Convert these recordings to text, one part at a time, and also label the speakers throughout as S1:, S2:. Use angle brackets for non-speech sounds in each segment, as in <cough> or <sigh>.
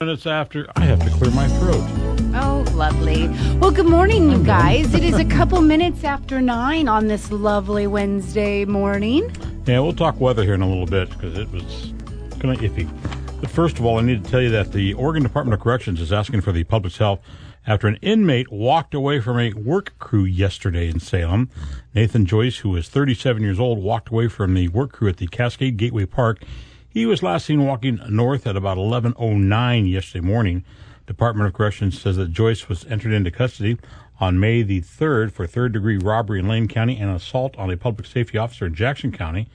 S1: minutes after I have to clear my throat.
S2: Oh, lovely. Well, good morning, you guys. It
S1: <laughs>
S2: is a couple minutes after nine on this lovely Wednesday morning.
S1: Yeah, we'll talk weather here in a little bit because it was kind of iffy. But first of all, I need to tell you that the Oregon Department of Corrections is asking for the public's help after an inmate walked away from a work crew yesterday in Salem. Nathan Joyce, who is 37 years old, walked away from the work crew at the Cascade Gateway Park. He was last seen walking north at about 11:09 yesterday morning. Department of Corrections says that Joyce was entered into custody on May the 3rd for third-degree robbery in Lane County and assault on a public safety officer in Jackson County.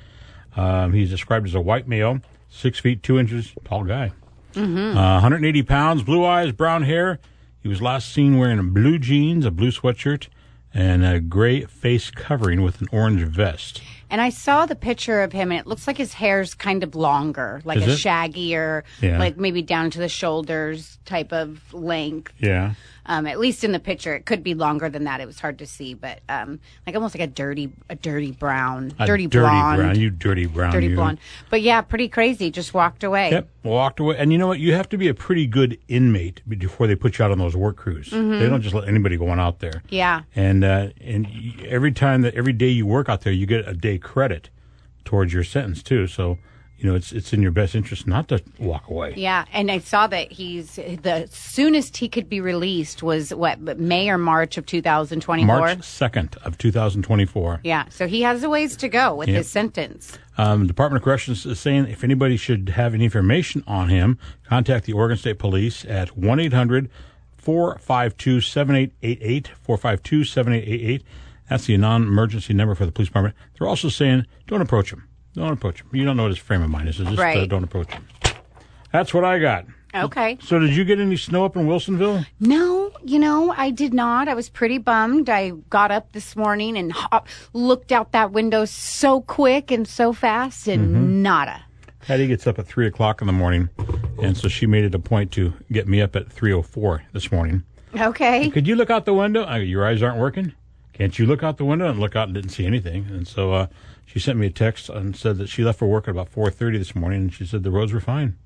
S1: Um, he's described as a white male, six feet two inches tall guy, uh, 180 pounds, blue eyes, brown hair. He was last seen wearing blue jeans, a blue sweatshirt, and a gray face covering with an orange vest.
S2: And I saw the picture of him, and it looks like his hair's kind of longer, like
S1: Is
S2: a
S1: it?
S2: shaggier,
S1: Yeah.
S2: like maybe down to the shoulders type of length.
S1: Yeah,
S2: Um, at least in the picture, it could be longer than that. It was hard to see, but um, like almost like a dirty, a dirty brown,
S1: a
S2: dirty, blonde,
S1: brown. You dirty brown.
S2: dirty
S1: you.
S2: blonde. But yeah, pretty crazy. Just walked away.
S1: Yep, walked away. And you know what? You have to be a pretty good inmate before they put you out on those work crews. They don't just let anybody go on out there.
S2: Mm-hmm. Yeah.
S1: And uh, and y- every time that every day you work out there, you get a day credit towards your sentence too. So you know it's it's in your best interest not to walk away.
S2: Yeah, and I saw that he's the soonest he could be released was what May or March of 2024.
S1: March second of two thousand twenty four.
S2: Yeah, so he has a ways to go with
S1: Yep.
S2: his sentence.
S1: Um, Department of Corrections is saying if anybody should have any information on him, contact the Oregon State Police at 1 800 452 7888. 452 7888. That's the non emergency number for the police department. They're also saying don't approach him. Don't approach him. You don't know what his frame of mind is. So just uh,
S2: Right.
S1: don't approach him. That's what I got.
S2: Okay.
S1: So, did you get any snow up in Wilsonville?
S2: No, you know, I did not. I was pretty bummed. I got up this morning and hop, looked out that window so quick and so fast and nada.
S1: Patty gets up at three o'clock in the morning, and so she made it a point to get me up at three o four this morning.
S2: Okay.
S1: could you look out the window? I go, Your eyes aren't working. Can't you look out the window and look out and didn't see anything? And so uh, she sent me a text and said that she left for work at about four thirty this morning, and she said the roads were fine.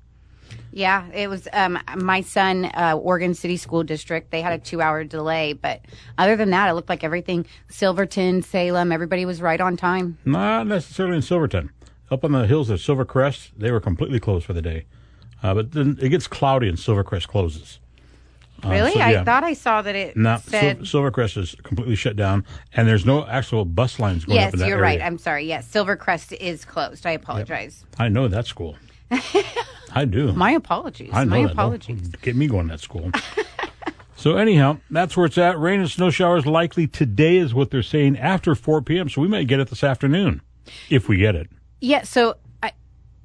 S2: Yeah, it was um, my son, uh, Oregon City School District. They had a two hour delay, but other than that, it looked like everything Silverton, Salem, everybody was right on time.
S1: Not necessarily in Silverton. Up on the hills of Silvercrest, they were completely closed for the day. Uh, but then it gets cloudy and Silvercrest closes.
S2: really?
S1: so, yeah.
S2: I thought I saw that it
S1: Now, Sil-
S2: said.
S1: Silvercrest is completely shut down, and there's no actual bus lines going
S2: yes,
S1: up in that
S2: you're
S1: area.
S2: right. I'm sorry. Yes, Silvercrest is closed. I apologize.
S1: I know that
S2: <laughs>
S1: school. I do.
S2: My apologies.
S1: I know
S2: My
S1: that. Don't
S2: apologies.
S1: get me going to that school. <laughs> so anyhow, that's where it's at. Rain and snow showers likely today is what they're saying after 4 p.m. So we might get it this afternoon, if we get it.
S2: Yeah. So, I,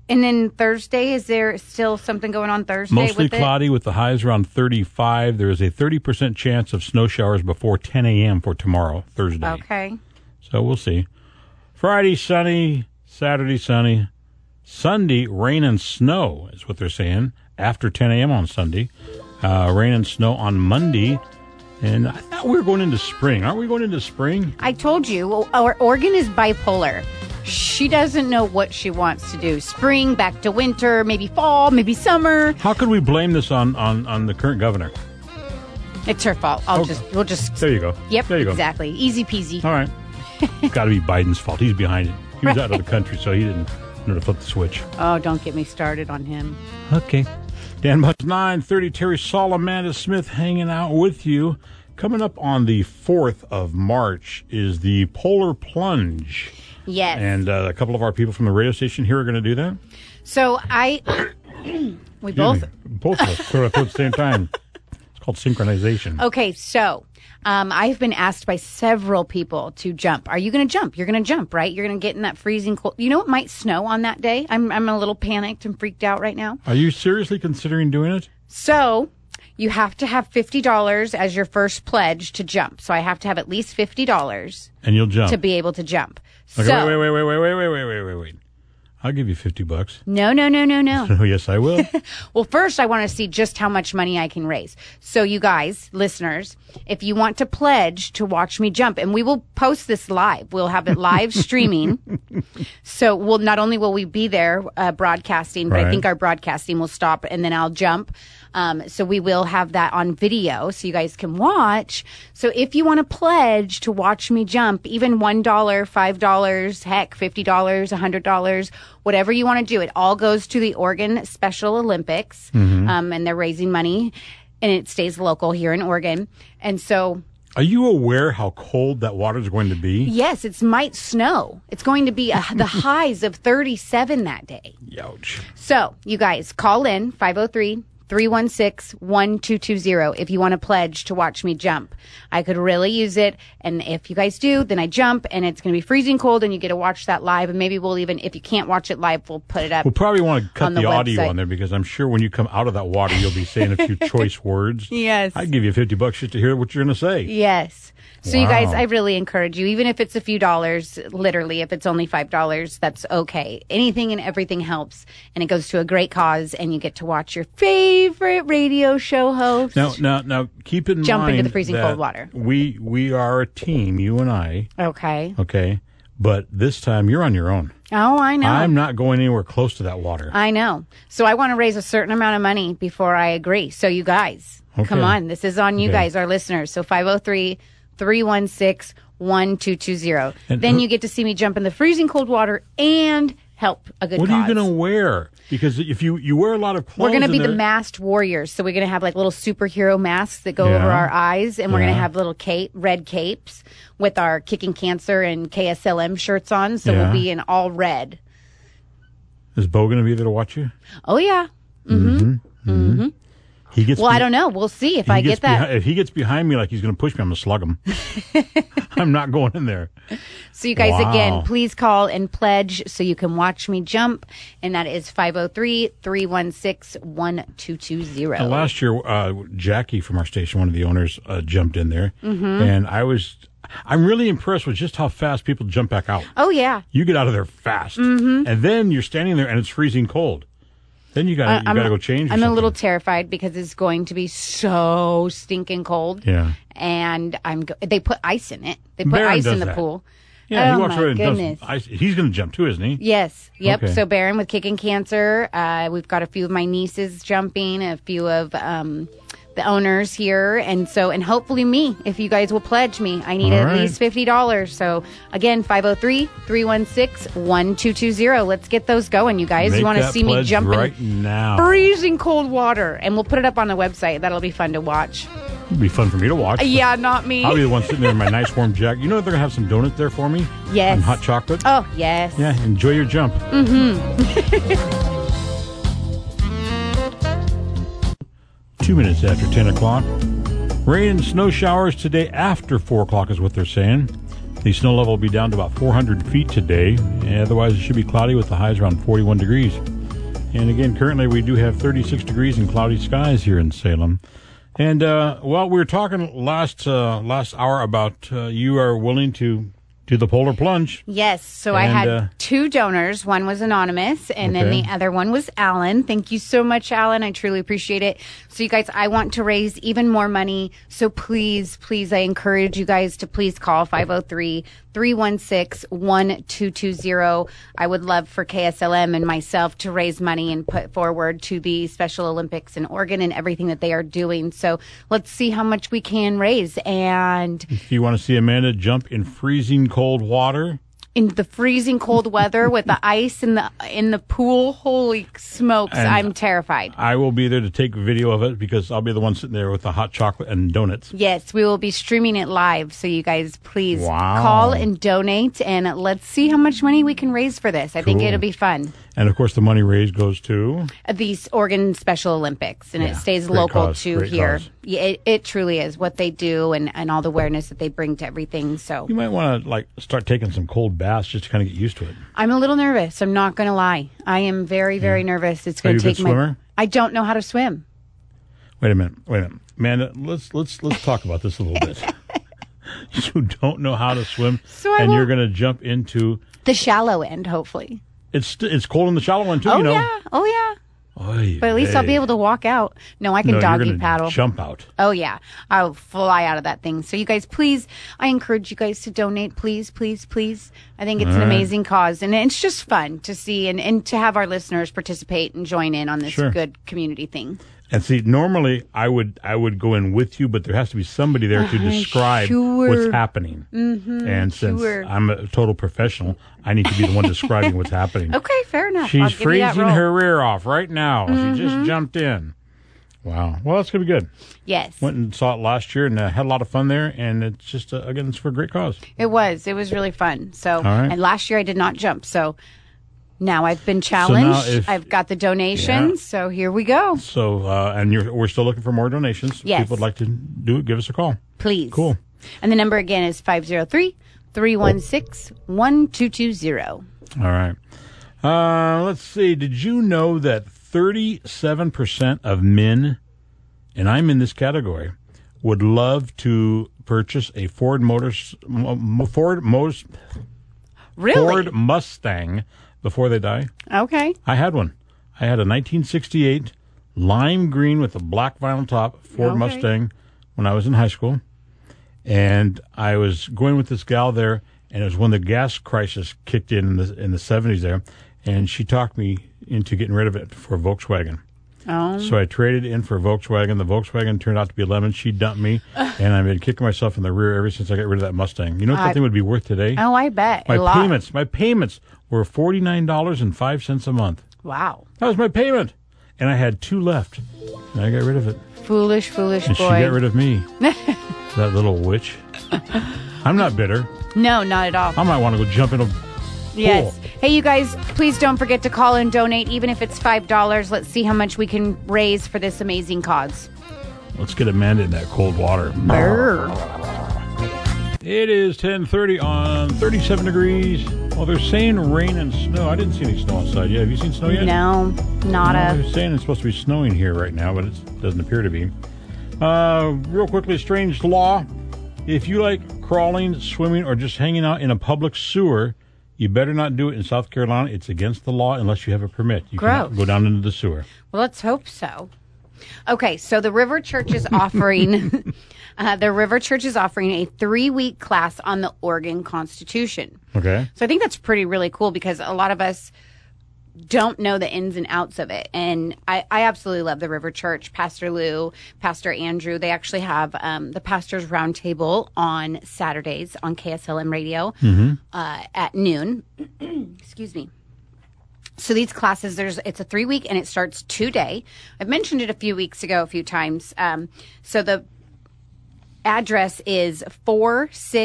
S2: and then Thursday, is there still something going on Thursday
S1: Mostly
S2: with
S1: cloudy with the highs around 35. There is a 30% chance of snow showers before 10 a.m. for tomorrow, Thursday.
S2: it? Okay.
S1: So we'll see. Friday sunny, Saturday sunny, Sunday rain and snow is what they're saying after 10 a.m. on Sunday. Uh, rain and snow on Monday. And I thought we were going into spring. Aren't we going into spring?
S2: I told you, o- our Oregon is bipolar. She doesn't know what she wants to do. Spring, back to winter, maybe fall, maybe summer.
S1: How could we blame this on, on, on the current governor?
S2: It's her fault. I'll
S1: Okay.
S2: just, we'll just.
S1: There you go.
S2: Yep.
S1: There you go.
S2: Exactly. Easy peasy.
S1: All right. It's got to be Biden's fault. He's behind it. He was out of the country, so he didn't know to flip the switch.
S2: Oh, don't get me started on him.
S1: Okay. Dan Butts, 930, Terry Saul, Amanda Smith hanging out with you. Coming up on the 4th of March is the Polar Plunge.
S2: Yes.
S1: And uh, a couple of our people from the radio station here are going to do that.
S2: so
S1: <coughs>
S2: I, we both.
S1: Excuse me. Both of us. Clear our throat at the same time. It's called synchronization.
S2: Okay, so um, I've been asked by several people to jump. Are you going to jump? You're going to jump, right? You're going to get in that freezing cold. You know, it might snow on that day. I'm I'm a little panicked and freaked out right now.
S1: Are you seriously considering doing it?
S2: So you have to have fifty dollars as your first pledge to jump. So I have to have at least fifty dollars
S1: And you'll jump.
S2: to be able to jump.
S1: okay,
S2: so
S1: wait, wait, wait, wait, wait, wait, wait, wait, wait, wait. I'll give you 50 bucks. <laughs>
S2: no, no, no, no, no.
S1: Oh, yes, I
S2: <laughs>
S1: will.
S2: Well, first, I want to see just how much money I can raise. So, you guys, listeners, if you want to pledge to watch me jump, and we will post this live, we'll have
S1: <laughs>
S2: it live streaming. So, we'll not only will we be there uh, broadcasting, but I
S1: Right.
S2: think our broadcasting will stop, and then I'll jump. Um, so we will have that on video so you guys can watch. So if you want to pledge to watch me jump, even $1, $5, heck, $50, $100, whatever you want to do, it all goes to the Oregon Special Olympics. Um, and they're raising money and it stays local here in Oregon. And so
S1: Are you aware how cold that water is going to be?
S2: Yes, it's might snow. It's going to be uh the <laughs> highs of 37 that day.
S1: Ouch.
S2: So, you guys, call in 503 316 1220 if you want to pledge to watch me jump. I could really use it. And if you guys do, then I jump and it's going to be freezing cold and you get to watch that live. And maybe we'll even, if you can't watch it live, we'll
S1: <laughs>
S2: put it up.
S1: We'll probably want to cut
S2: On
S1: the,
S2: the
S1: audio
S2: website.
S1: on there because I'm sure when you come out of that water, you'll be saying a
S2: <laughs>
S1: few choice words.
S2: Yes.
S1: I'd give you 50 bucks just to hear what you're going to say.
S2: Yes. So you guys,
S1: Wow.
S2: I really encourage you, even if it's a few dollars, literally, if it's only five dollars, that's okay. Anything and everything helps, and it goes to a great cause, and you get to watch your favorite radio show host.
S1: Now, now, now, keep in
S2: Jump
S1: mind
S2: into the freezing
S1: that
S2: cold water.
S1: We we are a team, you and I.
S2: Okay.
S1: Okay, but this time you're on your own.
S2: Oh, I know.
S1: I'm not going anywhere close to that water.
S2: I know. So I want to raise a certain amount of money before I agree. So you guys,
S1: Okay.
S2: come on. This is on you
S1: Okay.
S2: guys, our listeners. So 503 316 1220.
S1: And
S2: Then
S1: who-
S2: you get to see me jump in the freezing cold water and help a good
S1: what
S2: cause.
S1: are you going to wear? Because if you you wear a lot of clothes,
S2: We're going to be
S1: and
S2: the
S1: they're-
S2: masked warriors. So we're going to have like little superhero masks that go
S1: Yeah.
S2: over our eyes, and we're going
S1: Yeah.
S2: to have little cape, red capes with our Kicking Cancer and KSLM shirts on. So
S1: Yeah.
S2: we'll be in all red.
S1: Is Bo going to be there to watch you?
S2: Oh, yeah.
S1: He gets.
S2: Well, I
S1: be-
S2: don't know. We'll see if
S1: he
S2: I
S1: gets
S2: get that.
S1: behi- if he gets behind me like he's going to push me, I'm going to slug
S2: <laughs>
S1: him. <laughs> I'm not going in there.
S2: So you guys
S1: Wow.
S2: again, please call and pledge so you can watch me jump and that is 503-316-1220.
S1: And last year, uh, Jackie from our station, one of the owners, uh, jumped in there,
S2: Mm-hmm.
S1: and I was. I'm really impressed with just how fast people jump back out.
S2: oh yeah.
S1: You get out of there fast,
S2: Mm-hmm.
S1: and then you're standing there and it's freezing cold. Then you got to you got to go change. or
S2: I'm a little
S1: something.
S2: terrified because it's going to be so stinking cold.
S1: yeah,
S2: And I'm go- they put ice in it. They put
S1: Barron
S2: ice
S1: does
S2: in the
S1: that.
S2: pool.
S1: yeah.
S2: oh
S1: he walks
S2: my
S1: right and
S2: goodness.
S1: does. I, he's going to jump too, isn't he?
S2: Yes. Yep.
S1: Okay.
S2: So Baron with Kicking Cancer. Uh, we've got a few of my nieces jumping, a few of um, the owners here, and so and hopefully me. If you guys will pledge me, I need
S1: All
S2: at
S1: right.
S2: least fifty dollars. So again, 503-316-1220. Let's get those going, you guys.
S1: Make
S2: you want to
S1: that
S2: see me
S1: pledge
S2: jump
S1: right
S2: in
S1: now?
S2: freezing cold water, and we'll put it up on the website. That'll be fun to watch.
S1: It'd be fun for me to watch.
S2: Yeah, not me.
S1: I'll be the one sitting there in my nice warm jacket. You know they're going to have some donuts there for me.
S2: Yes.
S1: And hot chocolate.
S2: oh yes.
S1: Yeah, enjoy your jump. Mm-hmm. <laughs> Two minutes after 10 o'clock. Rain and snow showers today after 4 o'clock is what they're saying. The snow level will be down to about 400 feet today. Otherwise, it should be cloudy with the highs around 41 degrees. And again, currently we do have 36 degrees and cloudy skies here in Salem. And uh, well, we were talking last uh, last hour about uh, you are willing to do the polar plunge.
S2: Yes. So I
S1: And,
S2: had
S1: uh,
S2: two donors. One was anonymous, and
S1: Okay.
S2: then the other one was Alan. Thank you so much, Alan. I truly appreciate it. So, you guys, I want to raise even more money. So, please, please, I encourage you guys to please call 503 316 1220. I would love for KSLM and myself to raise money and put forward to the Special Olympics in Oregon and everything that they are doing. So, let's see how much we can raise. And
S1: If you want to see Amanda jump in freezing cold water,
S2: in the freezing cold weather with the ice in the in the pool. Holy smokes,
S1: And-
S2: I'm terrified.
S1: I will be there to take video of it because I'll be the one sitting there with the hot chocolate and donuts.
S2: Yes, we will be streaming it live, so you guys please
S1: Wow.
S2: call and donate, and let's see how much money we can raise for this. I think
S1: Cool.
S2: it'll be fun.
S1: And of course, the money raised goes to
S2: Uh, These Oregon Special Olympics, and
S1: Yeah,
S2: it stays
S1: great
S2: local
S1: cause,
S2: to
S1: great
S2: here.
S1: cause.
S2: Yeah, it, it truly is what they do, and and all the awareness that they bring to everything. So
S1: you might want to like start taking some cold baths just to kind of get used to it.
S2: I'm a little nervous. I'm not going to lie. I am very very nervous. It's going
S1: you a
S2: to
S1: good
S2: take my.
S1: swimmer?
S2: I don't know how to swim.
S1: Wait a minute, wait a minute, Amanda. Let's let's let's talk about this a little
S2: <laughs>
S1: bit. you don't know how to swim,
S2: So I
S1: and you're
S2: won't-
S1: going to jump into
S2: The shallow end, hopefully.
S1: it's st- it's cold in the shallow one too.
S2: Oh
S1: you know,
S2: yeah, oh yeah.
S1: Oy
S2: But at least I'll
S1: vey.
S2: be able to walk out. No, I can
S1: No, you're
S2: doggy
S1: gonna
S2: paddle.
S1: Jump out.
S2: Oh yeah, I'll fly out of that thing. So you guys, please, I encourage you guys to donate. Please, please, please. I think it's an amazing cause, and it's just fun to see and, and to have our listeners participate and join in on this
S1: Sure.
S2: good community thing.
S1: And see, normally I would I would go in with you, but there has to be somebody there to describe what's
S2: Uh-huh, sure.
S1: happening. Mm-hmm, and since
S2: sure.
S1: I'm a total professional, I need to be the one describing what's happening.
S2: <laughs> Okay, fair enough. I'll
S1: She's
S2: give you that
S1: freezing
S2: role. Mm-hmm.
S1: her rear off right now. She just jumped in. Wow. Well, that's gonna be good.
S2: Yes,
S1: Went and saw it last year and uh, had a lot of fun there. And it's just uh, again, it's for a great cause.
S2: it was. It was really fun. So,
S1: right.
S2: and last year I did not jump. So now I've been challenged.
S1: if-
S2: I've got the donation.
S1: Yeah.
S2: So here we go.
S1: So, uh, and you're, we're still looking for more donations.
S2: Yes.
S1: People would like to do it. Give us a call.
S2: Please.
S1: Cool.
S2: And the number again is 503 316 1220.
S1: All right. Uh, let's see. Did you know that 37% of men, and I'm in this category, would love to purchase a Ford Motors, Mo- Mo- Ford Mos,
S2: Really?
S1: Ford Mustang before they die?
S2: Okay.
S1: I had one. I had a 1968 lime green with a black vinyl top Ford
S2: Okay.
S1: Mustang when I was in high school. And I was going with this gal there, and it was when the gas crisis kicked in in the, in the 70s there. And she talked me into getting rid of it for a Volkswagen.
S2: Oh,
S1: So I traded in for a Volkswagen. The Volkswagen turned out to be a lemon. She dumped
S2: <laughs>
S1: me, and I've been kicking myself in the rear ever since I got rid of that Mustang. You know what
S2: I-
S1: that thing would be worth today?
S2: oh I bet. a
S1: my
S2: lot.
S1: payments, my payments were forty nine dollars and five cents a month.
S2: Wow.
S1: That was my payment. And I had two left. And I got rid of it.
S2: Foolish, foolish
S1: And she
S2: boy.
S1: got rid of
S2: <laughs>
S1: me. that little witch. I'm not bitter.
S2: no, not at all.
S1: I might want to go jump in a.
S2: Yes.
S1: Cool.
S2: Hey, you guys, please don't forget to call and donate, even if it's $5. Let's see how much we can raise for this amazing cause.
S1: Let's get Amanda in that cold water. Oh, It is 1030 on 37 degrees. Well, they're saying rain and snow. I didn't see any snow outside. Yeah, have you seen snow yet?
S2: No, not
S1: Well,
S2: a.
S1: they're saying it's supposed to be snowing here right now, but it doesn't appear to be. Uh, real quickly, strange law. If you like crawling, swimming, or just hanging out in a public sewer, you better not do it in South Carolina. It's against the law unless you have a permit. You cannot
S2: Gross.
S1: go down into the sewer.
S2: Well, let's hope so. Okay, so the River Church is offering. uh, the River Church is offering a three week class on the Oregon Constitution.
S1: Okay.
S2: So I think that's pretty really cool because a lot of us don't know the ins and outs of it. And I, I absolutely love the River Church. Pastor Lou, Pastor Andrew, they actually have um, the Pastor's Roundtable on Saturdays on KSLM Radio uh, at noon. Excuse me. So these classes, there's it's a three week and it starts today. I've mentioned it a few weeks ago, a few times. Um, so the address is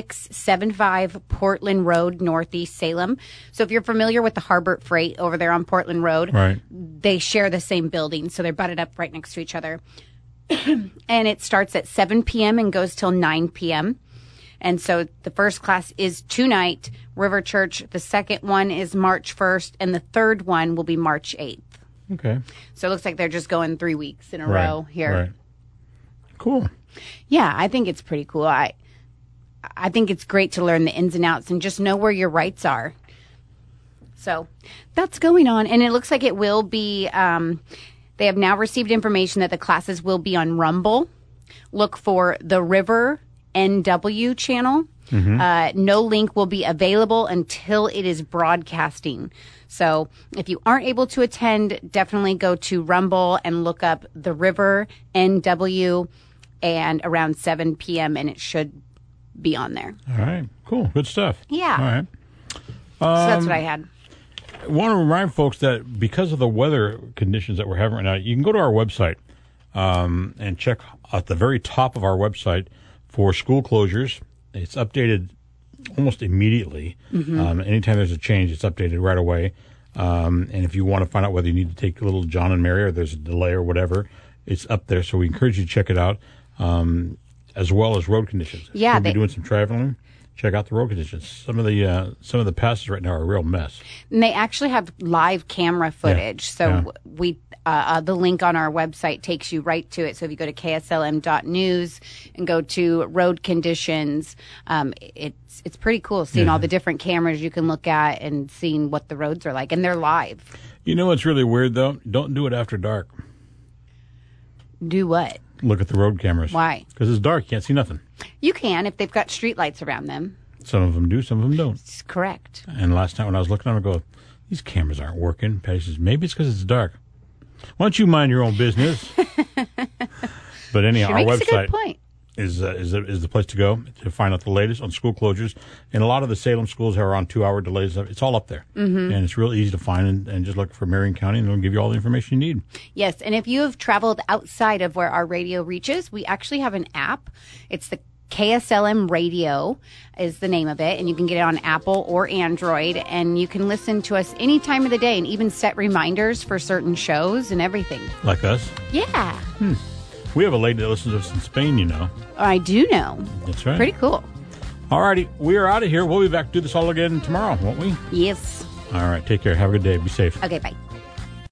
S2: 4675 Portland Road, Northeast Salem. So if you're familiar with the Harbor Freight over there on Portland Road,
S1: Right.
S2: they share the same building, so they're butted up right next to each other. <clears throat> and it starts at 7 p.m. and goes till 9 p.m. And so the first class is tonight, River Church. The second one is March 1st, and the third one will be March 8th.
S1: Okay.
S2: So it looks like they're just going three weeks in a
S1: Right.
S2: row here.
S1: Right. Cool.
S2: Yeah, I think it's pretty cool. I I think it's great to learn the ins and outs and just know where your rights are. So that's going on, and it looks like it will be. Um, they have now received information that the classes will be on Rumble. Look for the River NW channel. Uh, no link will be available until it is broadcasting. So if you aren't able to attend, definitely go to Rumble and look up the River NW and around 7 p.m. and it should be on there.
S1: All right. Cool. Good stuff.
S2: Yeah.
S1: All right.
S2: so that's what I had.
S1: want to remind folks that because of the weather conditions that we're having right now, you can go to our website um, and check at the very top of our website for school closures. It's updated almost immediately.
S2: Mm-hmm.
S1: Um, anytime there's a change, it's updated right away. Um, and if you want to find out whether you need to take little John and Mary or there's a delay or whatever, it's up there. So we encourage you to check it out, um, as well as road conditions.
S2: Yeah,
S1: we'll be
S2: they-
S1: doing some traveling. Check out the road conditions. Some of the uh, some of the passes right now are a real mess.
S2: And they actually have live camera footage. So
S1: Yeah.
S2: w we uh, uh, the link on our website takes you right to it. So if you go to kslm.news and go to road conditions, um, it's it's pretty cool seeing all the different cameras you can look at and seeing what the roads are like, and they're live.
S1: You know what's really weird though? Don't do it after dark.
S2: Do what
S1: Look at the road cameras.
S2: Why?
S1: Because it's dark. You can't see nothing.
S2: you can if they've got streetlights around them.
S1: Some of them do, some of them don't.
S2: It's correct.
S1: And last night when I was looking at them, I go,
S2: <laughs>
S1: these cameras aren't working. Patty says, maybe it's because it's dark. Why don't you mind your own business? But anyhow,
S2: She
S1: our
S2: makes a
S1: website
S2: good point.
S1: is uh, is the, is the place to go to find out the latest on school closures. And a lot of the Salem schools are on two hour delays. Uh, It's all up there, mm-hmm. and it's real easy to find. And, and just look for Marion County, and it'll give you all the information you need.
S2: Yes, and if you have traveled outside of where our radio reaches, we actually have an app. It's the KSLM Radio is the name of it, and you can get it on Apple or Android, and you can listen to us any time of the day, and even set reminders for certain shows and everything.
S1: Like us,
S2: Yeah,
S1: we have a lady that listens to us in Spain. You know,
S2: I do know.
S1: that's right.
S2: Pretty cool.
S1: All righty, we are out of here. We'll be back to do this all again tomorrow, won't we?
S2: Yes.
S1: All right, take care. Have a good day. Be safe.
S2: Okay. Bye.